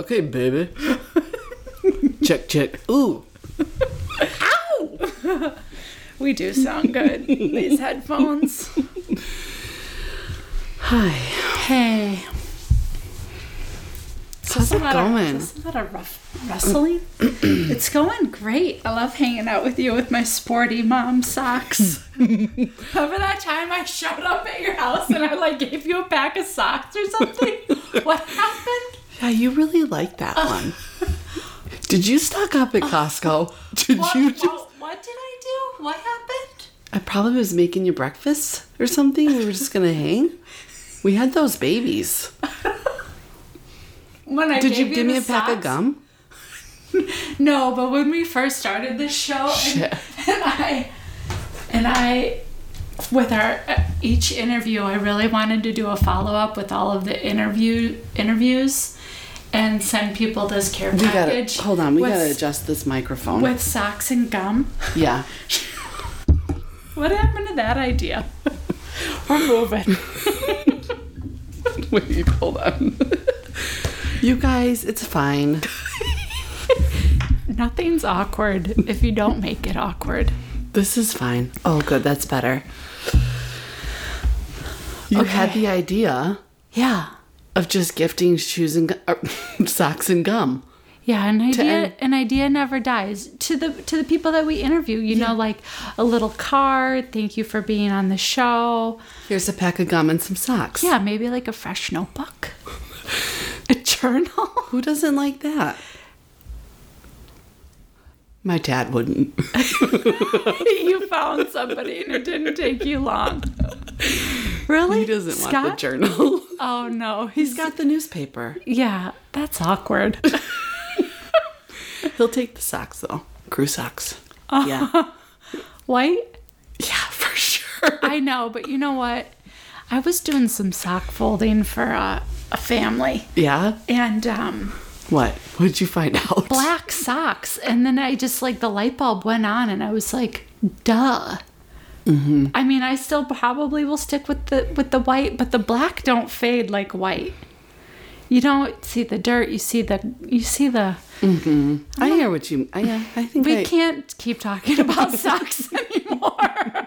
okay, baby. check, check. Ooh. We do sound good. These headphones. Hi. Hey. How's it going? Is that a rough wrestling? it's going great. I love hanging out with you with my sporty mom socks. Remember that time I showed up at your house and I like gave you a pack of socks or something? what happened? Yeah, you really like that one. Did you stock up at Costco? Did What, you just? what, what did I do? What happened? I probably was making you breakfast or something. We were just gonna hang. We had those babies. When I Did you gave give me the a pack of socks- gum? No, but when we first started this show, and, Shit. and I, and I, with our uh, each interview, I really wanted to do a follow up with all of the interview interviews, and send people this care We gotta package. hold on. We with, gotta adjust this microphone. with socks and gum. yeah, What happened to that idea? we're moving. Wait, hold on. you guys, it's fine. Nothing's awkward if you don't make it awkward. This is fine. Oh, good. That's better. You had the idea Yeah. of just gifting shoes and gu- uh, socks and gum. Yeah, an end- idea an idea never dies. To the to the people that we interview, you know, like a little card, thank you for being on the show. Here's a pack of gum and some socks. Yeah, maybe like a fresh notebook. a journal. Who doesn't like that? My dad wouldn't. you found somebody and it didn't take you long. Really? He doesn't want Scott? the journal. Oh no. He's He's got the newspaper. Yeah, that's awkward. He'll take the socks though. Crew socks. Oh. Yeah. White? Yeah, for sure. I know, but you know what? I was doing some sock folding for a, a family Yeah? and um What? What'd you find out? black socks. And then I just like the light bulb went on and I was like, duh. Mm-hmm. I mean, I still probably will stick with the with the white, but the black don't fade like white. You don't see the dirt. You see the you see the. I hear what you I yeah, I think We I, can't keep talking about socks anymore.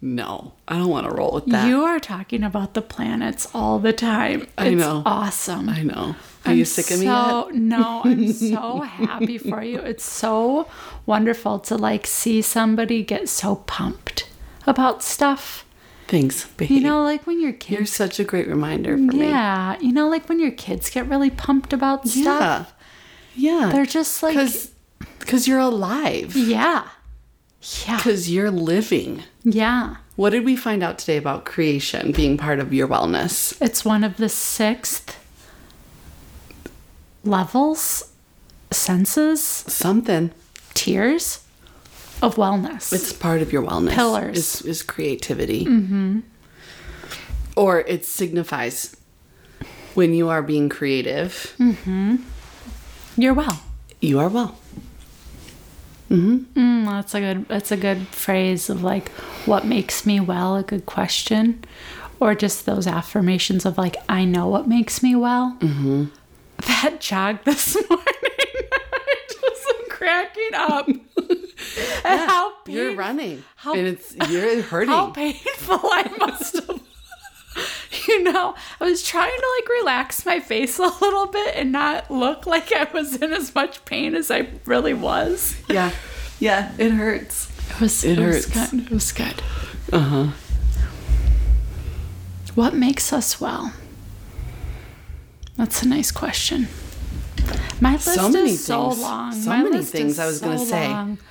No. I don't want to roll with that. You are talking about the planets all the time. It's I know. Awesome. I know. Are you sick of me yet? so, No, I'm so happy for you. It's so wonderful to like see somebody get so pumped about stuff. Thanks, baby. You know, like when your You're kids such a great reminder for me. Yeah, you know like when your kids get really pumped about stuff. Yeah. They're just like because because you're alive. yeah. Yeah. Because you're living. Yeah. What did we find out today about creation being part of your wellness? It's one of the sixth levels, senses, Something. tiers of wellness. It's part of your wellness. Pillars. is, is creativity. Mm-hmm. Or it signifies when you are being creative, Mm. You're well. you are well. Mm, that's a good that's a good phrase of like what makes me well, a good question. Or just those affirmations of like I know what makes me well. Mm-hmm. That jog this morning I just am cracking up. and how pain, You're running, How- and it's you're hurting. how painful I must have. You know, I was trying to like relax my face a little bit and not look like I was in as much pain as I really was. Yeah, yeah, it hurts. It was. It It, hurts. was good. It was good. Uh huh. What makes us well? That's a nice question. My list So many is so things. long. So My many list things is I was gonna so say. long.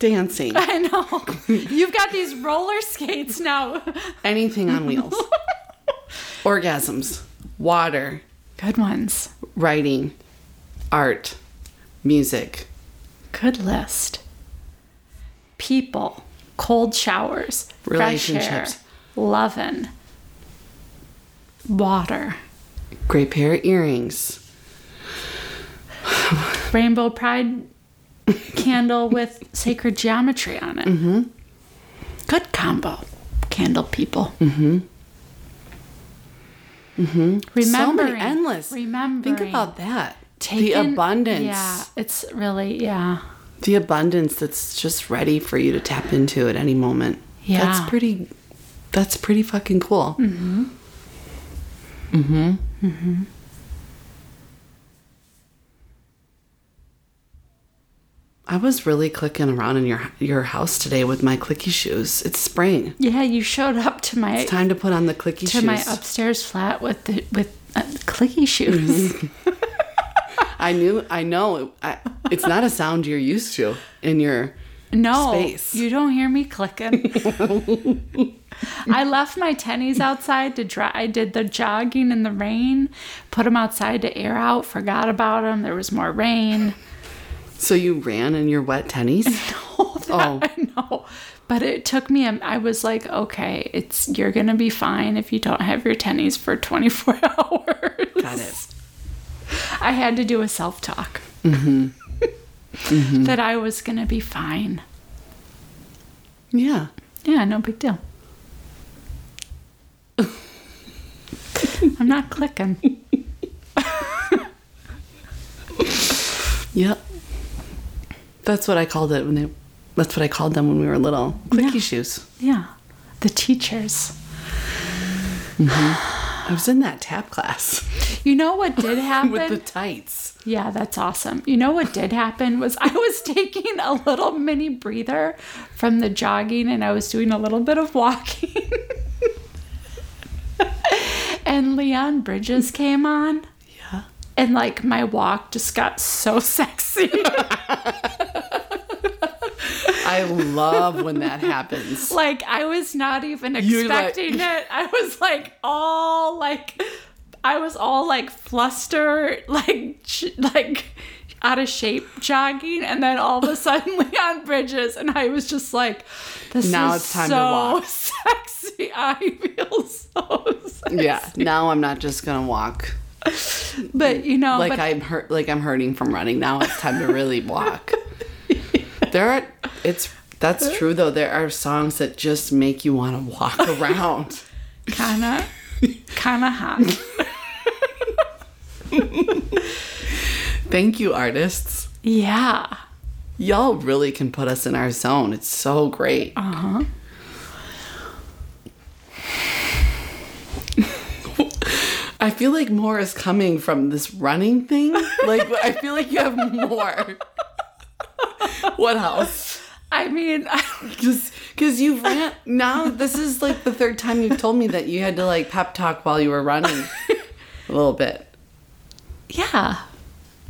Dancing, I know. You've got these roller skates now. anything on wheels, orgasms, water, Good ones. writing, art, music. Good list. People, cold showers, Relationships. fresh air, lovin', water, Great pair of earrings. rainbow pride candle with sacred geometry on it. Mm-hmm. Good combo, candle people. Mm-hmm. So Remembering. many endless. Remembering. Think about that. the Taking- abundance. Yeah, it's really, yeah. The abundance that's just ready for you to tap into at any moment. Yeah. That's pretty that's pretty fucking cool. Mm-hmm. Mm-hmm. I was really clicking around in your your house today with my clicky shoes. It's spring. Yeah, you showed up to my It's time to put on the clicky to shoes. my upstairs flat with the, with uh, clicky shoes. I knew. I know. I, it's not a sound you're used to in your. No, Space. you don't hear me clicking. I left my tennies outside to dry. I did the jogging in the rain, put them outside to air out. Forgot about them. There was more rain. So you ran in your wet tennies. No, that, Oh. I know. But it took me. a- I was like, okay, it's you're gonna be fine if you don't have your tennies for 24 hours. Got it. I had to do a self talk Mm-hmm. that I was gonna be fine. Yeah. Yeah, no big deal. I'm not clicking. Yep. That's what I called it when they. That's what I called them when we were little. Clicky Yeah. shoes. Yeah, the teachers. I was in that tap class You know what did happen? with the tights. yeah, that's awesome. You know what did happen was I was taking a little mini breather from the jogging and I was doing a little bit of walking. and Leon Bridges came on. Yeah. And like my walk just got so sexy. I love when that happens. like I was not even You, like- expecting it. I was like all like I was all like flustered, like j- like out of shape jogging, and then all of a sudden Leon Bridges, and I was just like, "This Now is it's time to so walk. sexy. I feel so sexy." Yeah. Now I'm not just gonna walk. But you know, Like Oh, but I'm hurt. Like I'm hurting from running. Now it's time to really walk. There are. It's. That's true though. There are songs that just make you want to walk around. kind of kind of hot. Thank you, artists. Yeah. Y'all really can put us in our zone. It's so great. Uh huh. I feel like more is coming from this running thing. Like, I feel like you have more. What else? I mean, I, Just because you ran. Now, this is like the third time you've told me that you had to like pep talk while you were running a little bit. yeah,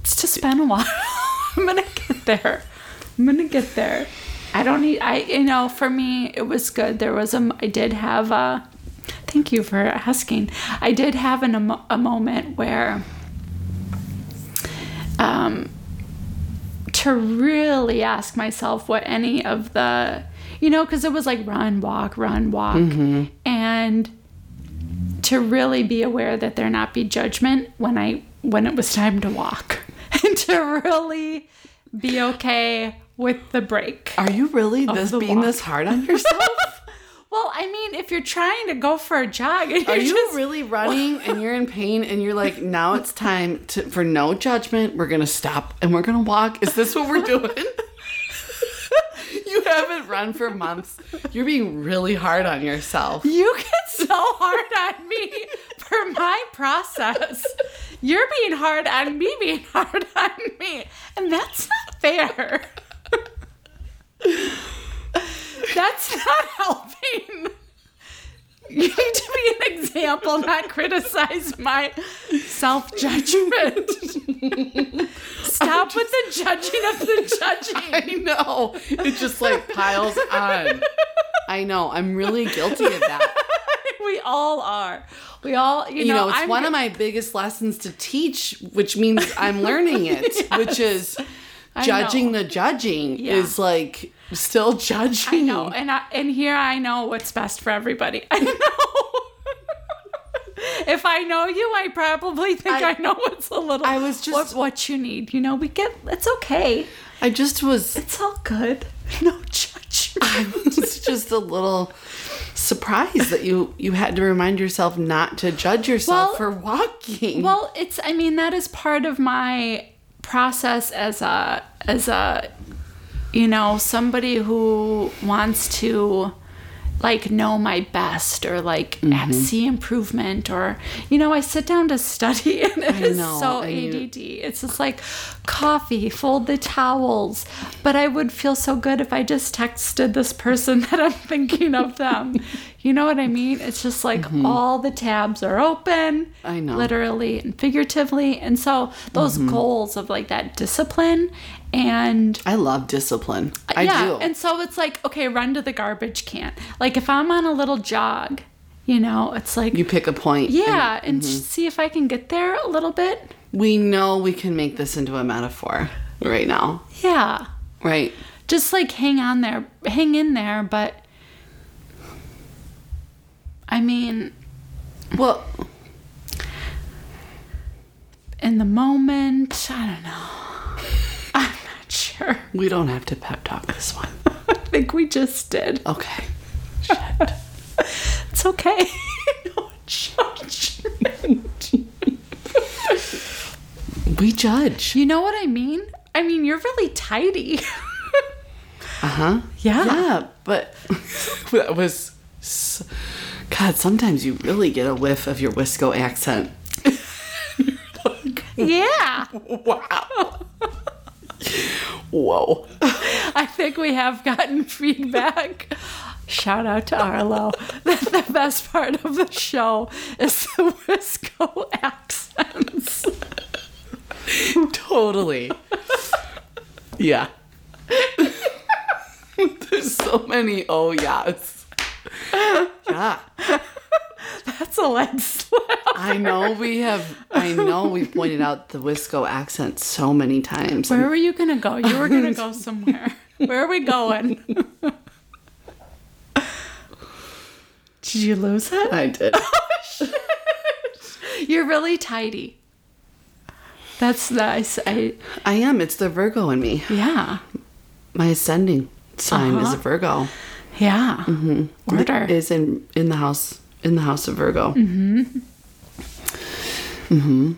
it's just been a while. I'm gonna get there. I'm gonna get there. I don't need. I you know, for me, it was good. There was a. I did have a. Thank you for asking. I did have an, emo- a moment where. Um, to really ask myself what any of the, you know, because it was like run, walk, run, walk, Mm-hmm. and to really be aware that there not be judgment when I when it was time to walk, and to really be okay with the break. Are you really this the being walk. this hard on yourself? Well, I mean, if you're trying to go for a jog, and Are you're you just- really running and you're in pain and you're like, now it's time to, for no judgment. We're going to stop and we're going to walk. Is this what we're doing? you haven't run for months. You're being really hard on yourself. You get so hard on me for my process. You're being hard on me, being hard on me. And that's not fair. That's not helping. You need to be an example, not criticize my self judgment. Stop with the judging of the judging. I know. It just like piles on. I know. I'm really guilty of that. we all are. We all, you, You know, it's I'm one of my biggest lessons to teach, which means I'm learning it, which is judging the judging Yeah. is like still judging. I know, and I, and here I know what's best for everybody. I know. if I know you, I probably think I, I- know what's a little. I was just- what, what you need. You know, we get. It's okay. I just was It's all good. No judgment. I was just a little surprised that you you had to remind yourself not to judge yourself Well- for walking. Well, it's I mean that is part of my process as a as a you know, somebody who wants to like know my best or like see improvement or you know I sit down to study and it is know, so and you- ADD. It's just like coffee, fold the towels. But I would feel so good if I just texted this person that I'm thinking of them. you know what I mean? It's just like all the tabs are open Mm-hmm. I know. Mm-hmm. literally and figuratively. And so those goals of like that discipline and I love discipline. I yeah, do. and so it's like okay, run to the garbage can. Like if I'm on a little jog, you know, it's like you Mm-hmm. pick a point. yeah, and see if I can get there a little bit. We know we can make this into a metaphor right now. Yeah, Right. just like hang on there, hang in there. But I mean, Well, in the moment, I don't know. I'm not sure. we don't have to pep talk this one. I think we just did. Okay. It's okay. no judgment. We judge. You know what I mean? I mean, you're really tidy. Uh huh. Yeah. Yeah, but that was. s God, sometimes you really get a whiff of your Wisco accent. yeah. Wow. Whoa. I think we have gotten feedback. Shout out to Arlo. that the best part of the show is the Wisco accents. Totally. yeah. There's so many oh yes. Yeah. That's a leg slap. I know we have I know we pointed out the Wisco accent so many times. Where were you gonna go? You were gonna go somewhere. Where are we going? Did you lose it? I did. You're really tidy. That's nice. I I am. It's the Virgo in me. yeah My ascending sign is a Uh-huh. Virgo. yeah order. Is in in the house in the house of Virgo. Mm-hmm. Mm-hmm.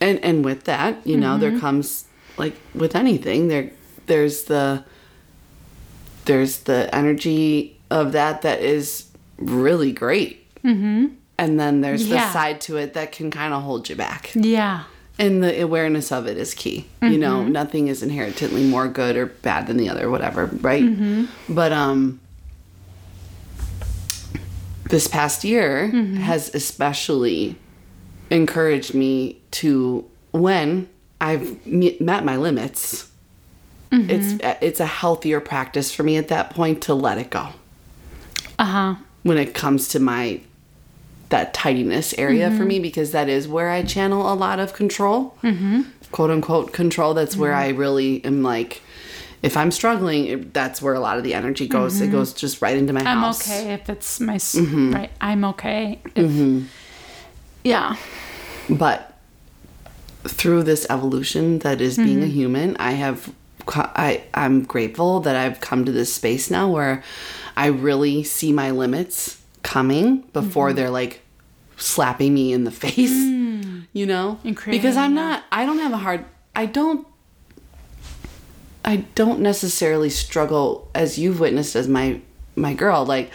And and with that, you know, there comes like with anything, there there's the there's the energy of that that is really great. Mm-hmm. And then there's Yeah. the side to it that can kind of hold you back. yeah And the awareness of it is key. You know, nothing is inherently more good or bad than the other, whatever, right? But um this past year Mm-hmm. has especially encouraged me to when I've me- met my limits. Mm-hmm. It's it's a healthier practice for me at that point to let it go uh huh when it comes to my that tidiness area Mm-hmm. for me because that is where I channel a lot of control, mm-hmm. quote unquote control. That's where I Mm-hmm. really am like, if I'm struggling, it, that's where a lot of the energy goes. It goes just right into my Mm-hmm. I'm house. Mm-hmm. okay if it's my s right. I'm okay. If, Yeah But through this evolution that is being Mm-hmm. a human, I have co- I I'm grateful that I've come to this space now where I really see my limits coming before Mm-hmm. they're like slapping me in the face. You know? Mm. And because creating I'm not I don't have a hard I don't I don't necessarily struggle as you've witnessed as my my girl. Like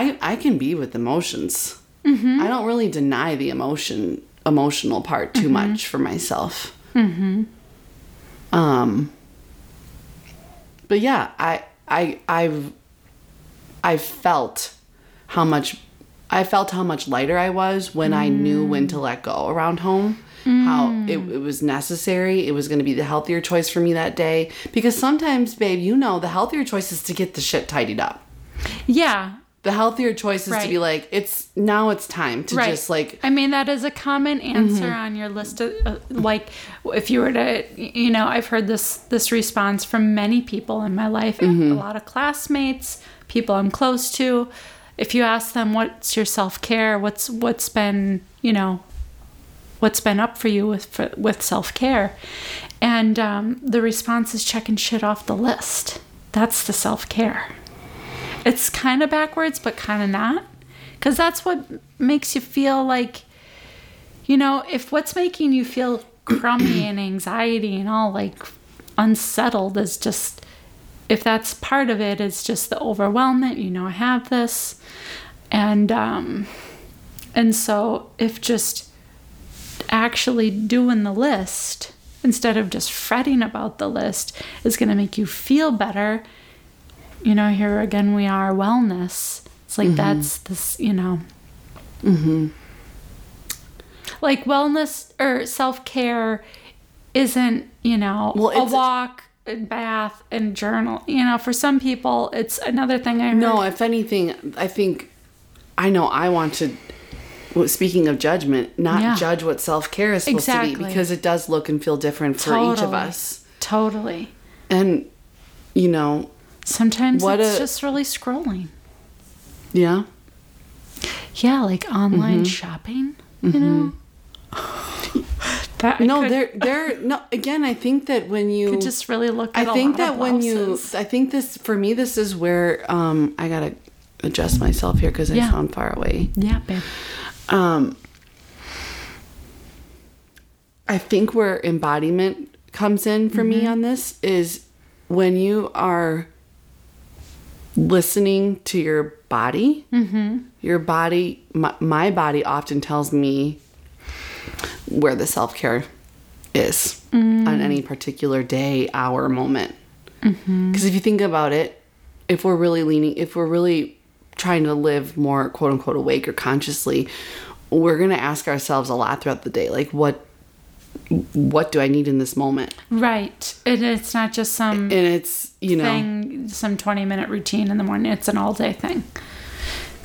I I can be with emotions. I don't really deny the emotion emotional part too much for myself. Mm-hmm. Um. But yeah, I I I've I felt how much I felt how much lighter I was when I knew when to let go around home. How it, Mm. it was necessary. It was going to be the healthier choice for me that day. Because sometimes, babe, you know, the healthier choice is to get the shit tidied up. yeah The healthier choice is to be Right. like, it's now it's time to right. just like, Mm-hmm. I mean that is a common answer on your list of uh, like if you were to you know I've heard this this response from many people in my life Mm-hmm. a lot of classmates people I'm close to if you ask them what's your self care what's what's been you know what's been up for you with for, with self care, and um, the response is checking shit off the list. That's the self care. It's kind of backwards, but kind of not. Because that's what makes you feel like, you know, if what's making you feel crummy and anxiety and all like unsettled is just, if that's part of it, it's just the overwhelm that, you know, I have this. And, um, and so if just actually doing the list instead of just fretting about the list is going to make you feel better. You know, here again, we are wellness. It's Mm-hmm. like that's this, you know. Like wellness or self care isn't, you know, Well, a it's- walk and bath and journal. You know, for some people, it's another thing I heard. No, if anything, I think I know I want to. well, Speaking of judgment, not Yeah. judge what self care is supposed to be Exactly. because it does look and feel different for each of Totally. us. Totally. And, you know, Sometimes What it's a- just really scrolling. yeah. Yeah, like Mm-hmm. online shopping, you know? that I Mm-hmm. No, could- there, there, no, again, I think that when you. could just really look I at think a lot that of when you, blouses. I think this for me, this is where um, I gotta adjust myself here because I Yeah. sound far away. Yeah, babe. Um, I think where embodiment comes in for me on this is when you are listening to your body. Your body, my, my body, often tells me where the self care is on any particular day, hour, moment. Because if you think about it, if we're really leaning, if we're really trying to live more quote unquote awake or consciously, we're gonna ask ourselves a lot throughout the day, like what what do I need in this moment? Mm-hmm. Right. And it's not just some And it's you know thing, some 20 minute routine in the morning. It's an all day thing.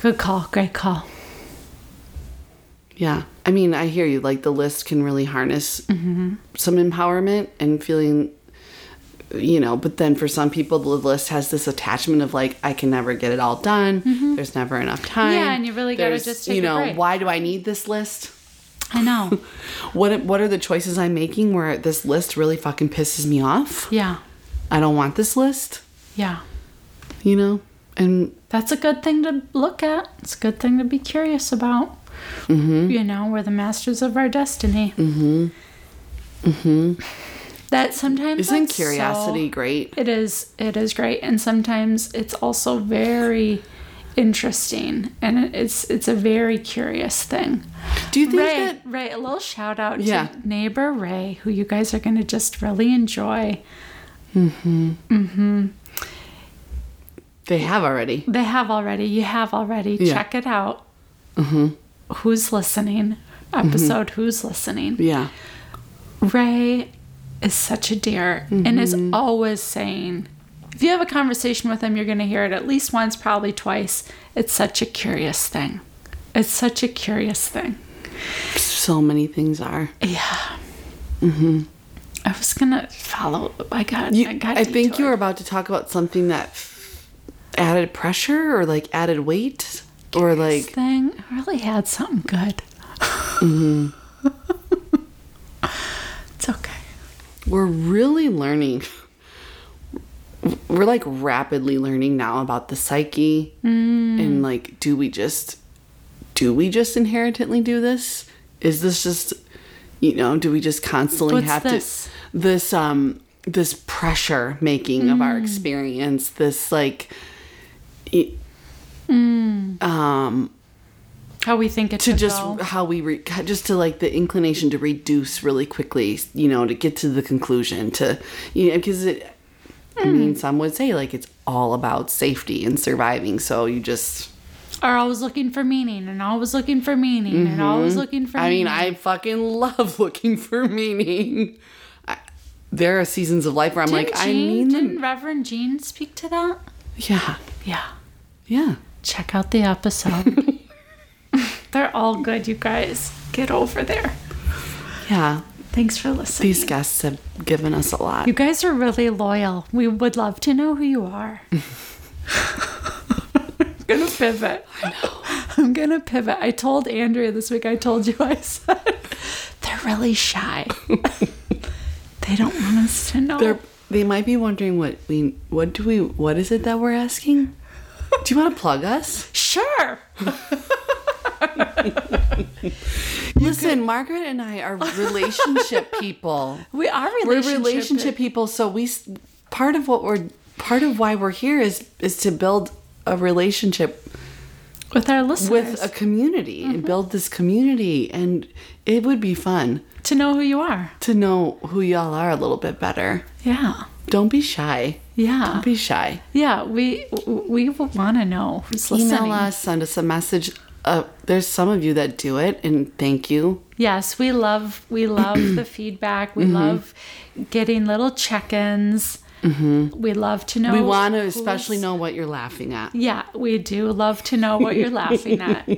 Good call. Great call. Yeah. I mean, I hear you. Like the list can really harness Mm-hmm. some empowerment and feeling, you know, but then for some people, the list has this attachment of like, I can never get it all done. There's never enough time. Mm-hmm. Yeah, and you really gotta There's- just take You a know, break. why do I need this list? I know. What, what are the choices I'm making where this list really fucking pisses me off? yeah. I don't want this list, Yeah. you know? And That's a good thing to look at. It's a good thing to be curious about. Mm-hmm. You know, we're the masters of our destiny. Mm hmm. Mm hmm. That sometimes Mm-hmm. isn't that's so- curiosity great? It is. It is great, and sometimes it's also very interesting, and it- it's it's a very curious thing. Do you think Ray, that Ray, a little shout out Yeah. to neighbor Ray, who you guys are going to just really enjoy. they have already? They have already. You have already. Yeah. Mm-hmm. Check it out. Who's listening? Episode. Who's listening? Yeah. Ray is such a dear and is Mm-hmm. always saying, if you have a conversation with him, you're going to hear it at least once, probably twice. It's such a curious thing. It's such a curious thing. So many things are. Yeah. Mm-hmm. I was going to follow. I got, You, I I, got think you detoured. were about to talk about something that f- added pressure or like added weight or This like thing I really had something good. Mm-hmm. it's okay. we're really learning. We're like rapidly learning now about the psyche Mm. and like do we just do we just inherently do this? Is this just you know, do we just constantly What's have this? to this um this pressure making of Mm. our experience, this like y- um How we think it to should just go. how we re- just to like the inclination to reduce really quickly you know to get to the conclusion to you know because it i mean Mm. some would say like it's all about safety and surviving so you just are always looking for meaning and always looking for meaning and always looking for Mm-hmm. i mean i meaning. fucking love looking for meaning I, there are seasons of life where i'm Didn't like i Jean, mean didn't them. Reverend Jean speak to that? yeah Yeah. yeah Check out the episode. They're all good, you guys. Get over there. yeah Thanks for listening. these guests have given us a lot you guys are really loyal. We would love to know who you are. I'm gonna pivot. I'm gonna pivot. I told Andrea this week. I told you. I said they're really shy. they don't want us to know. They're, they might be wondering what we what do we what is it that we're asking? Do you want to plug us? Sure. Listen, Margaret and I are relationship people. We are We're relationship. relationship people, so we s- part of what we're part of why we're here is is to build a relationship with our listeners. with a community and build this community and it would be fun to know who you are. to know who y'all are a little bit better. Yeah. Don't be shy. Yeah. Don't be shy. yeah, we we want to know who's listening. Email us, send us a message. Uh, there's some of you that do it, and thank you. Yes, we love we love the feedback. Mm-hmm. We love getting little check-ins. We love to know. Mm-hmm. We want to especially know what you're laughing at. Yeah, we do love to know what you're laughing at.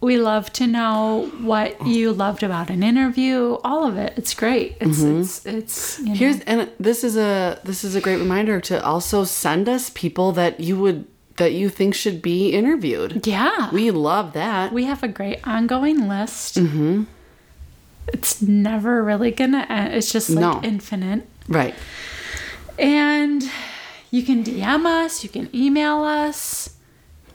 We love to know what you loved about an interview. All of it. It's great. It's it's it's. You know, Mm-hmm. Here's and this is a this is a great reminder to also send us people that you would that you think should be interviewed. yeah. We love that. We have a great ongoing list. Mm-hmm. It's never really gonna end. It's just like No. infinite. right. And you can DM us, you can email us,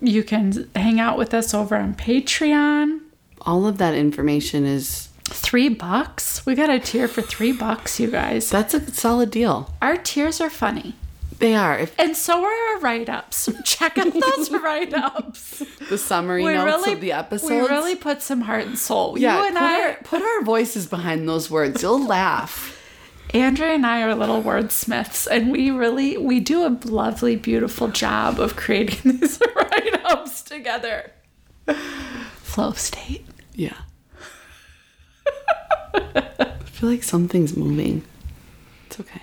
you can hang out with us over on Patreon. All of that information is Three bucks. We got a tier for three bucks, you guys. that's a solid deal. Our tiers are funny. They are. If And so are our write ups. Check out those write ups. the summary notes of the episodes. we really put some heart and soul. yeah, you and put, I, our, put our voices behind those words. You'll laugh. Andrea and I are little wordsmiths, and we really we do a lovely, beautiful job of creating these write-ups together. Flow state. Yeah. I feel like something's moving. It's okay.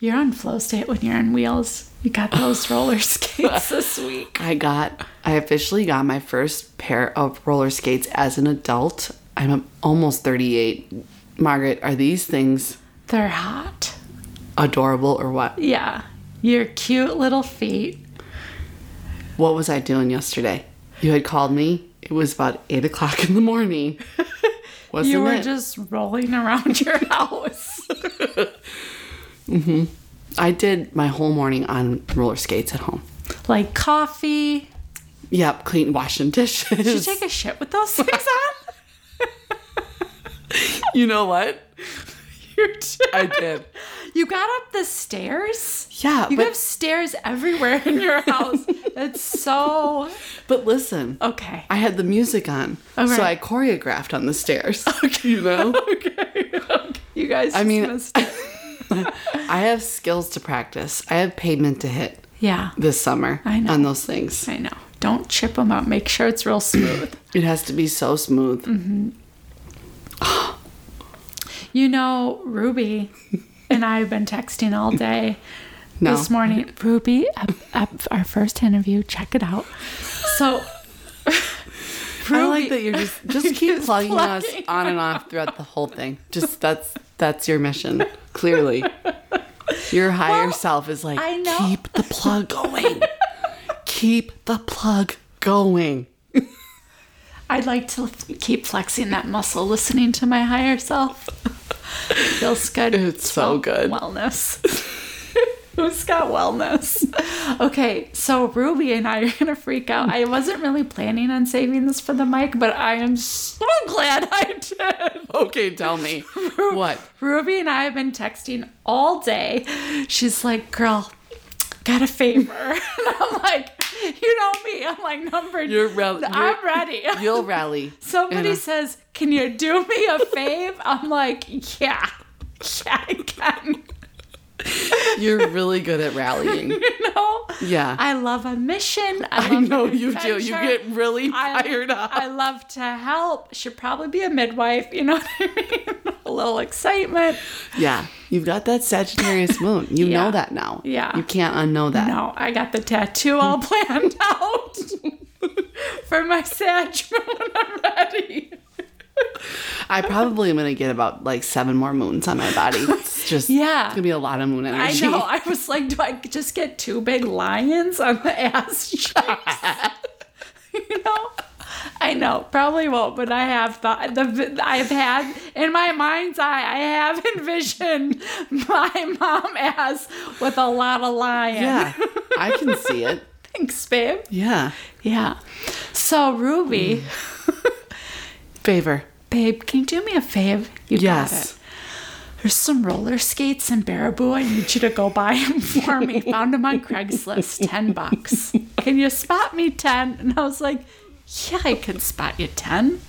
You're on flow state when you're on wheels. You got those roller skates this week. I got, I officially got my first pair of roller skates as an adult. I'm almost 38. Margaret, are these things They're hot. adorable or what? Yeah. Your cute little feet. What was I doing yesterday? You had called me. It was about eight o'clock in the morning. Wasn't you were it? just rolling around your house. I did my whole morning on roller skates at home. like coffee. Yep, clean, washing Did you dishes. take a shit with those things on? you know what? You did. I did. You got up the stairs? Yeah, You but- have stairs everywhere in your house. It's so But listen, okay. I had the music on, All so I right. choreographed on the stairs. You know, Okay. You guys I just mean, missed it. I have skills to practice. I have pavement to hit Yeah. this summer I know. on those things. I know. Don't chip them up. Make sure it's real smooth. It has to be so smooth. you know, Ruby and I have been texting all day. No. This morning, Ruby, up, up our first interview, check it out. So, I like Ruby- that you're just just keep Just plugging us plugging on and off throughout the whole thing. Just that's that's your mission, clearly. Your higher Well, self is like I know- keep the plug going. keep the plug going. I'd like to keep flexing that muscle, listening to my higher self. Feels good. It's so Oh, good. Wellness. Who's got wellness? Okay, so Ruby and I are gonna freak out. I wasn't really planning on saving this for the mic, but I am so glad I did. Okay, tell me what. Ruby and I have been texting all day. She's like, girl, got a favor. And I'm like, you know me. I'm like, number You're rel- you're- I'm ready. You'll rally. Somebody Yeah. says, "Can you do me a fave?" I'm like, "Yeah, yeah, I can." You're really good at rallying. You know? Yeah. I love a mission. I I, love know an you do. You adventure. get really I- fired up. I love to help. Should probably be a midwife. You know what I mean? a little excitement. yeah, you've got that Sagittarius moon. You Yeah. know that now. Yeah. you can't unknow that. No, I got the tattoo all planned out for my Sag moon. I'm ready. I probably am gonna get about like seven more moons on my body. It's just Yeah. it's gonna be a lot of moon I energy. know. I was like, do I just get two big lions on the ass cheeks? you know? I know. Probably won't, but I have thought. The, I've had in my mind's eye, I have envisioned my mom as with a lot of lion. Yeah, I can see it. Thanks, babe. Yeah. Mm. Yeah. So, Ruby, Favor. babe, can you do me a favor? You yes. got it. There's some roller skates in Baraboo. I need you to go buy them for me. Found them on Craigslist, 10 bucks. Can you spot me 10? And I was like, yeah, I can spot you 10.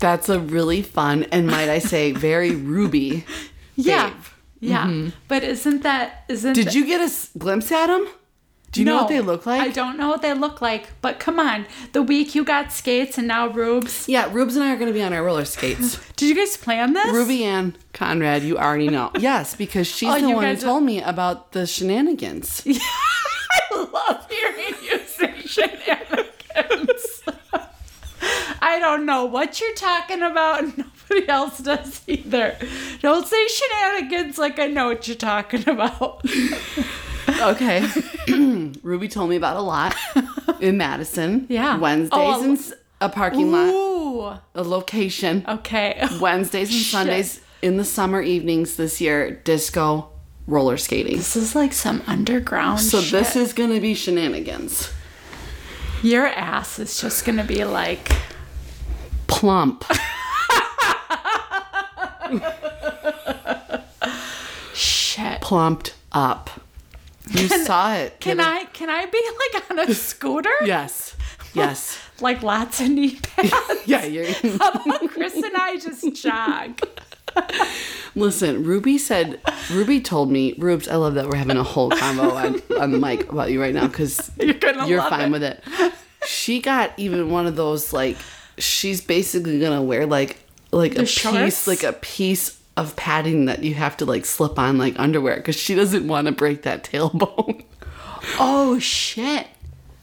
That's a really fun and might I say very ruby. Yeah. fave. Yeah. But isn't that isn't Mm-hmm. Did you get a s- glimpse at them? Do you know what they look like? I don't know what they look like, but come on. The week you got skates and now rubes. Yeah, Rubes and I are going to be on our roller skates. Did you guys plan this? Ruby Ann Conrad, you already know. Yes, because she's Oh, the you one who guys are- told me about the shenanigans. I love hearing you say shenanigans. I don't know what you're talking about, and nobody else does either. Don't say shenanigans like I know what you're talking about. Okay. Ruby told me about a lot in Madison. Yeah. Wednesdays Oh, a- in s- a parking lot, Ooh. a location. Okay. Wednesdays and Oh, Shit. Sundays in the summer evenings this year, disco roller skating. This is like some underground. So this shit. is going to be shenanigans. your ass is just gonna be like. Plump. Shit. Plumped up. You saw it. Can Heather. I can I be like on a scooter? Yes. Yes. Like lots of knee pads. Yeah, you're- How about Chris and I just jog? Listen, Ruby said, Ruby told me, Rubes, I love that we're having a whole combo on, on the mic about you right now because You're gonna you're love fine it. with it. She got even one of those, like, she's basically going to wear, like, like a piece, shorts? like a piece of padding that you have to like slip on like underwear because she doesn't want to break that tailbone. Oh shit.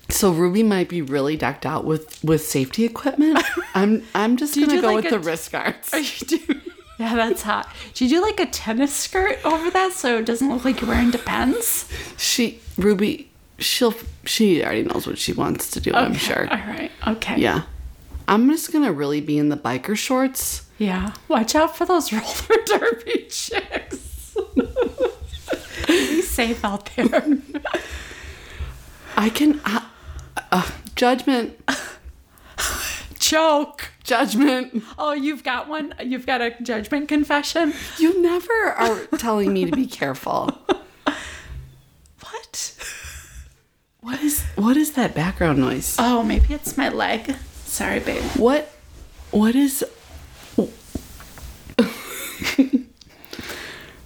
So Ruby might be really decked out with with safety equipment. I'm I'm just you gonna do go like with a- the wrist guards. Are you doing? Yeah, that's hot. Did you do like a tennis skirt over that so it doesn't look like you're wearing Depends? She Ruby, she'll she already knows what she wants to do. I'm Okay, sure. All right. Okay. Yeah, I'm just gonna really be in the biker shorts. Yeah. Watch out for those roller derby chicks. Be safe out there. I can uh, uh, judgment Joke. judgment. Oh, you've got one. You've got a judgment confession. You never are telling me to be careful. What? What is what is that background noise? Oh, maybe it's my leg. Sorry, babe. What what is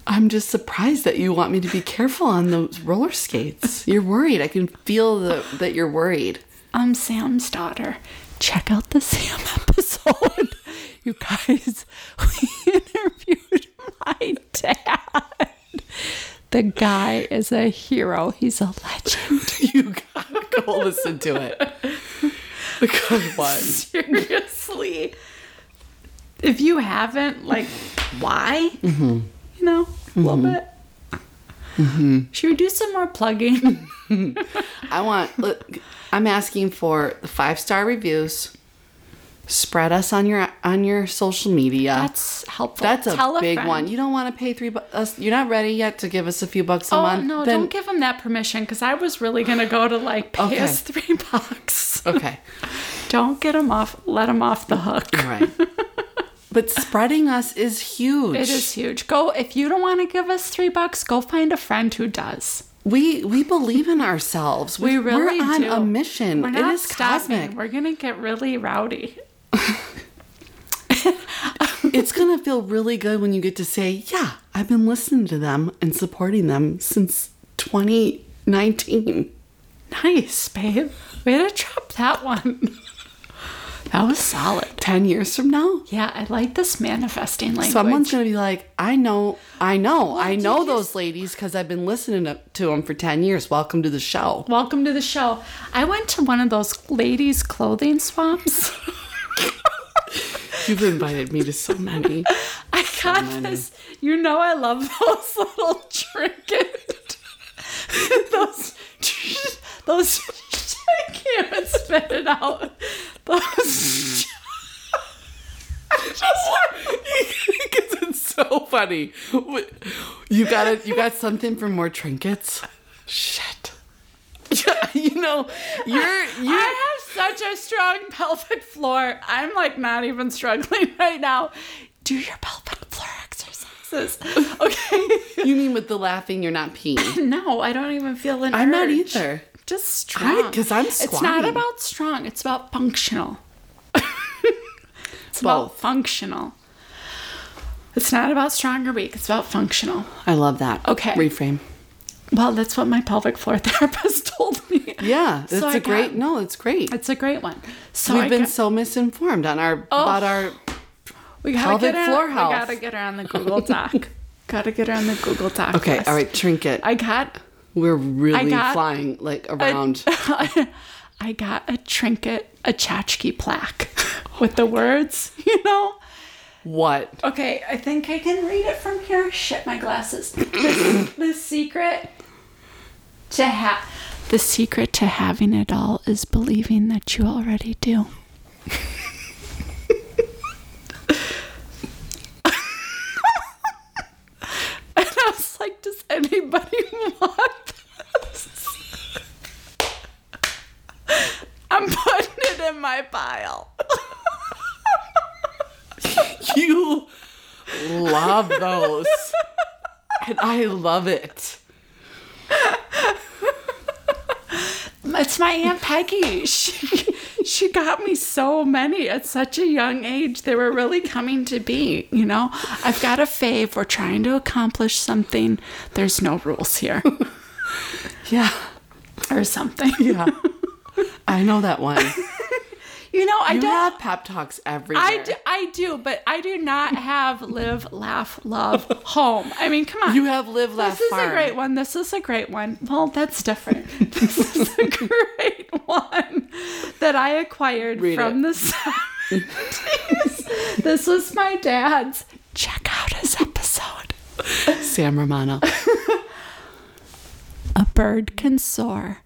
I'm just surprised that you want me to be careful on those roller skates. You're worried. I can feel the, that you're worried. I'm Sam's daughter. Check out the Sam episode. You guys, we interviewed my dad. The guy is a hero. He's a legend. You gotta go listen to it. Good one. Seriously. If you haven't, like, why? Mm-hmm. You know, a little bit. Mm-hmm. Should we do some more Uh, plugging? I want. Look, I'm asking for five star reviews. Spread us on your on your social media. That's helpful. That's a Tell big friend. one. You don't want to pay three bucks. You're not ready yet to give us a few bucks a Oh month. no! Then- don't give him that permission because I was really gonna go to like pay Okay. us three bucks. Okay. Don't get him off. Let him off the hook. All right. but spreading us is huge. It is huge. Go if you don't want to give us three bucks, go find a friend who does. We we believe in ourselves. We really We're on do. a mission. We're it not is stopping. cosmic. We're gonna get really rowdy. it's gonna feel really good when you get to say, "Yeah, I've been listening to them and supporting them since 2019." Nice, babe. Way to drop that one. that was solid. Ten years from now, Yeah, I like this manifesting language. someone's gonna be like, "I know, I know, I do know you- those ladies because I've been listening to, to them for ten years." Welcome to the show. Welcome to the show. I went to one of those ladies' clothing swaps. You've invited me to so many. I got this. You know I love those little trinket. those, those. I can't even spit it out. Those. I just want funny. Wh- You got it. You got something for more trinkets. Shit. you know, you're you. I have such a strong pelvic floor. I'm like not even struggling right now. Do your pelvic floor exercises. Okay. You mean with the laughing, you're not peeing. no, I don't even feel an I'm not urge. either. Just strong. 'cause I'm It's not squatting. about strong. It's about functional. it's about Both. functional. It's not about strong or weak. It's about functional. I love that. Okay. Reframe. Well, that's what my pelvic floor therapist told me. Yeah, it's So I a great. got- No, it's great. It's a great one. So We've I been got- so Oh. misinformed on our about our. We gotta Pelvic get her, floor health. We gotta get her on the Google Doc. gotta get her on the Google Doc. Okay, list. all right, trinket. I got We're really got- flying like a- around. I got a trinket, a tchotchke plaque with the words, you know? what? Okay, I think I can read it from here. Shit, my glasses. the, the secret to ha- the secret to having it all is believing that you already do. and I was like, does anybody want this? I'm putting it in my pile. You love those. and I love it. It's my Aunt Peggy. She, she got me so many at such a young age. They were really coming to be, you know? I've got a fave. We're trying to accomplish something. There's no rules here Yeah. or something. Yeah. I know that one. You know, I You don't. have pep talks everywhere. I do, I do, but I do not have live, laugh, love, home. I mean, come on. You have live, laugh, This is farm. a great one. This is a great one. Well, that's different. this is a great one that I acquired Read from it. the 70s. this was my dad's. Check out his episode. Sam Romano. A bird can soar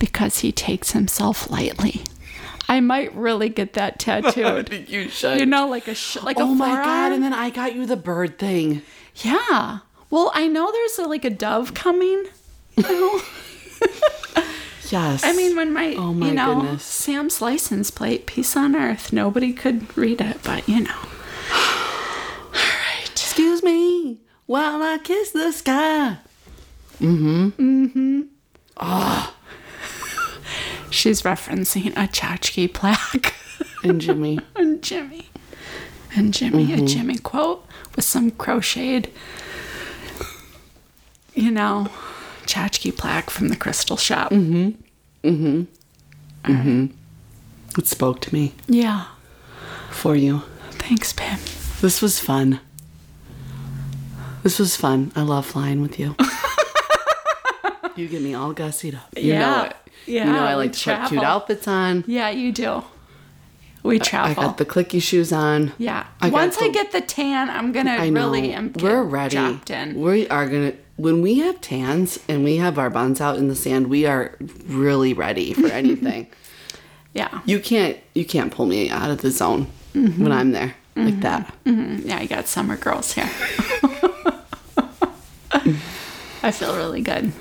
because he takes himself lightly. I might really get that tattooed. you should. you know, like a sh- like a oh my forearm. god, and then I got you the bird thing. Yeah. Well, I know there's a, like a dove coming. you know? Yes. I mean, when my, Oh my you know, goodness. Sam's license plate, peace on earth. Nobody could read it, but you know. excuse me while I kiss the sky. She's referencing a tchotchke plaque And Jimmy. and Jimmy. And Jimmy, Mm-hmm. a Jimmy quote with some crocheted, you know, tchotchke plaque from the crystal shop. Mm-hmm. it spoke to me Yeah. for you. Thanks, babe. This was fun. This was fun. I love flying with you. you get me all gussied up. You know Yeah. it. you Yeah, know I we like to put cute travel. outfits on. Yeah, you do. We travel. I got the clicky shoes on. Yeah. I got Once I the- get the tan, I'm gonna I know. really am get We're ready. dropped in. We are gonna when we have tans and we have our buns out in the sand. We are really ready for anything. Yeah. you can't you can't pull me out of the zone Mm-hmm. when I'm there like that. Mhm. Yeah, I got summer girls here. I feel really good.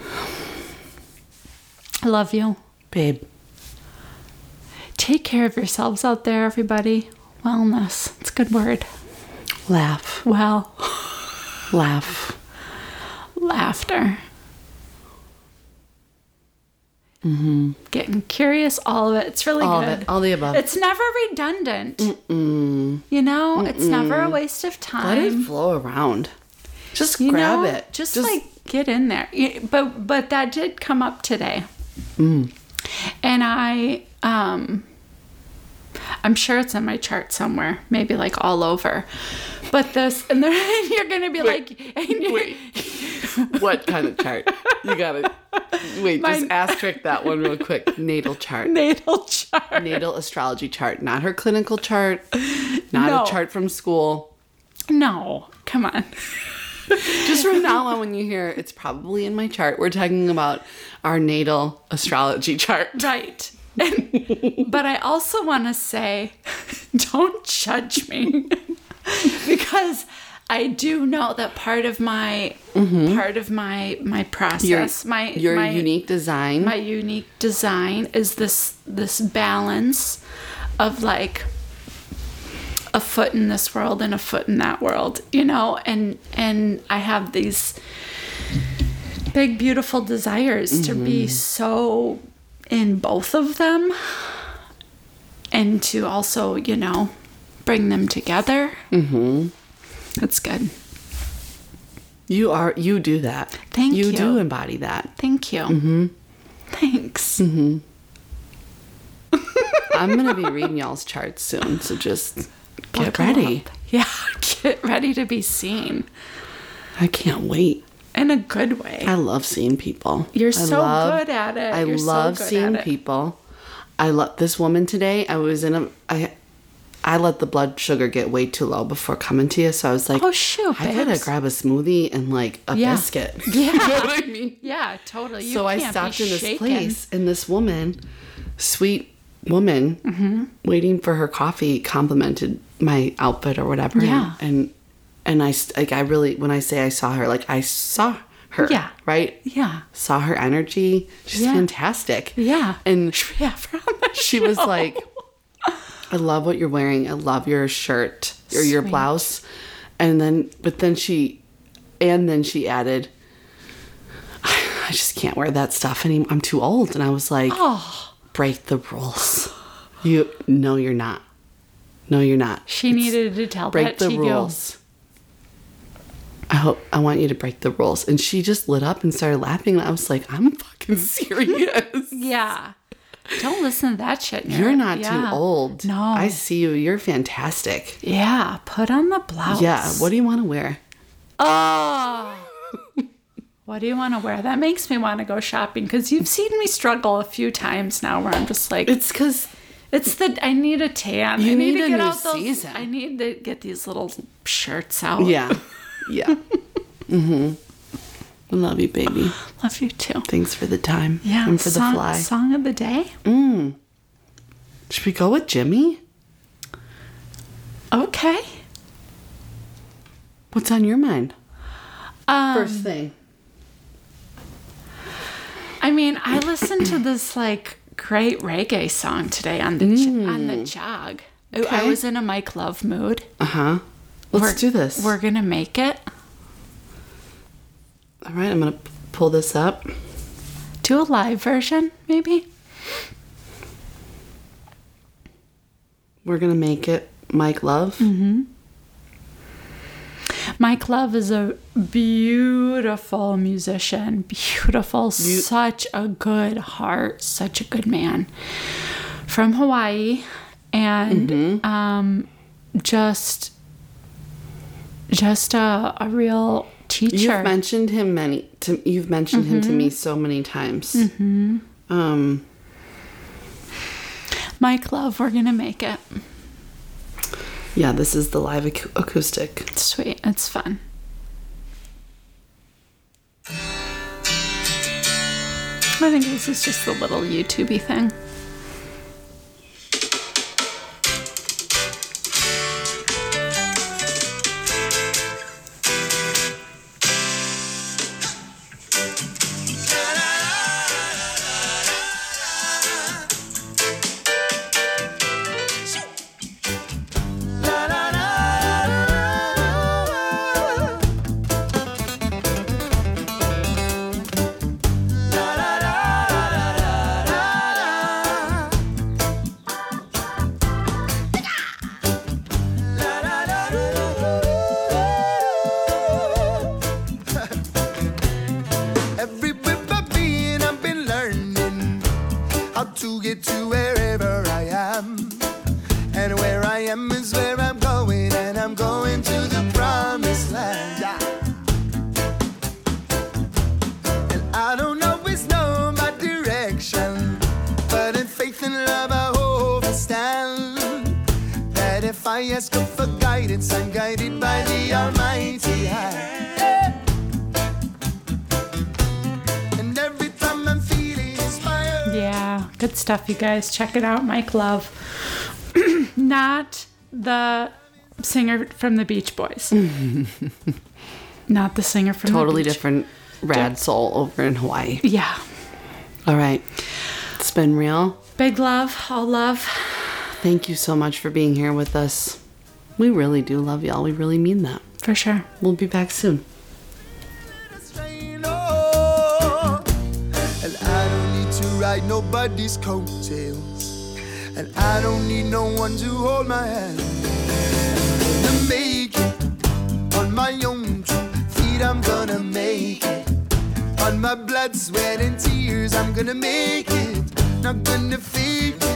I love you. Babe, Take care of yourselves out there, everybody. Wellness. It's a good word. laugh, Well, laugh. laughter. Getting curious, all of it. It's really Mm-hmm. All of good. it, all the above. It's never redundant. You know, it's never a waste of Let it time. flow around. Just you grab know? it. Just, like get in there. Y- But but that did come up today. Mm. And I um I'm sure it's in my chart somewhere, maybe like all over. But this and then you're going to be like and you- wait. what kind of chart? You gotta wait. Mine- Just asterisk that one real quick. Natal chart. natal chart. Natal astrology chart, not her clinical chart, not No. a chart from school. No. Come on. Just from now on, when you hear it's probably in my chart, we're talking about our natal astrology chart. Right. And, but I also want to say, don't judge me because I do know that part of my part of my my process, my Mm-hmm. your my unique design. my unique design is this this balance of like a foot in this world and a foot in that world you know and and i have these big beautiful desires to be so in both of them and to also you know bring them together mm-hmm that's good you are you do that. Thank You do you. embody that. thank you mm-hmm. thanks I'm gonna be reading y'all's charts soon, so just get Buckle ready. up. yeah get ready to be seen I can't wait. in a good way. I love seeing people. You're I so good at it. I You're so love good at seeing it. people. I love this woman today. I was in a I I let the blood sugar get way too low before coming to you, so I was like, Oh, shoot, I gotta babes." grab a smoothie and like a Yeah. biscuit." you Yeah. know what I mean? Yeah, totally. You so I can't stopped be in this shaken. place, and this woman, sweet woman, Mm-hmm. waiting for her coffee, complimented my outfit or whatever. and- Yeah. and and I s- like I really when I say I saw her, like I saw her. Yeah. right. Yeah. Saw her energy. She's Yeah. fantastic. Yeah. and Yeah, from the she was like, I love what you're wearing. I love your shirt or your Sweet. blouse. And then, but then she, and then she added, I just can't wear that stuff anymore. I'm too old. And I was like, Oh. break the rules. You, no, you're not. No, you're not. She It's- needed to tell break that the to rules. I hope I want you to break the rules. And she just lit up and started laughing. And I was like, I'm fucking serious. you. Yeah. Don't listen to that shit. You're Nerd. not Yeah. too old. No. I see you. You're fantastic. Yeah. Put on the blouse. Yeah. What do you want to wear? Oh. what do you want to wear? That makes me want to go shopping because you've seen me struggle a few times now where I'm just like, It's because It's the I need a tan. You I need, need to a get new out those, season. I need to get these little shirts out. yeah, yeah. mm-hmm. I love you, baby. love you too. Thanks for the time. Yeah, And for song, the fly. Song of the day. Should we go with Jimmy? Okay. What's on your mind? Um, First thing. I mean, I listened to this like great reggae song today on the j- on the jog. I- I Mm. Okay. was in a Mike Love mood. Uh huh. Let's We're- do this. We're gonna make it. All right. I'm gonna p- pull this up. Do a live version, maybe. We're gonna make it. Mike Love. Mm-hmm. Mike Love is a beautiful musician, beautiful, such a good heart, such a good man from Hawaii, and um, just just a, a real You've teacher. mentioned him many. To, you've mentioned him Mm-hmm. to me so many times. Um. Mike Love, we're gonna make it Yeah. This is the live ac- acoustic. sweet. It's fun. I think this is just the little YouTubey thing. Every whip I've been, I've been learning how to get to wherever I am. And where I am is where I'm going, and I'm going to the promised land. Yeah. And I don't always know my direction, but in faith and love I hope I stand. That if I ask God for guidance, I'm guided by the Almighty Hand. Yeah. And every time I'm feeling inspired. Yeah, good stuff, you guys. Check it out, Mike Love. Not the singer from the Beach Boys. Not the singer from the Totally Beach- different rad soul over in Hawaii. Yeah. All right. It's been real. Big love, all love. Thank you so much for being here with us. We really do love y'all. We really mean that. For sure. We'll be back soon. train, oh. And I don't need to ride nobody's coattails. And I don't need no one to hold my hand. I'm gonna make it on my own two feet. I'm gonna make it on my blood, sweat, and tears. I'm gonna make it, not gonna fake it.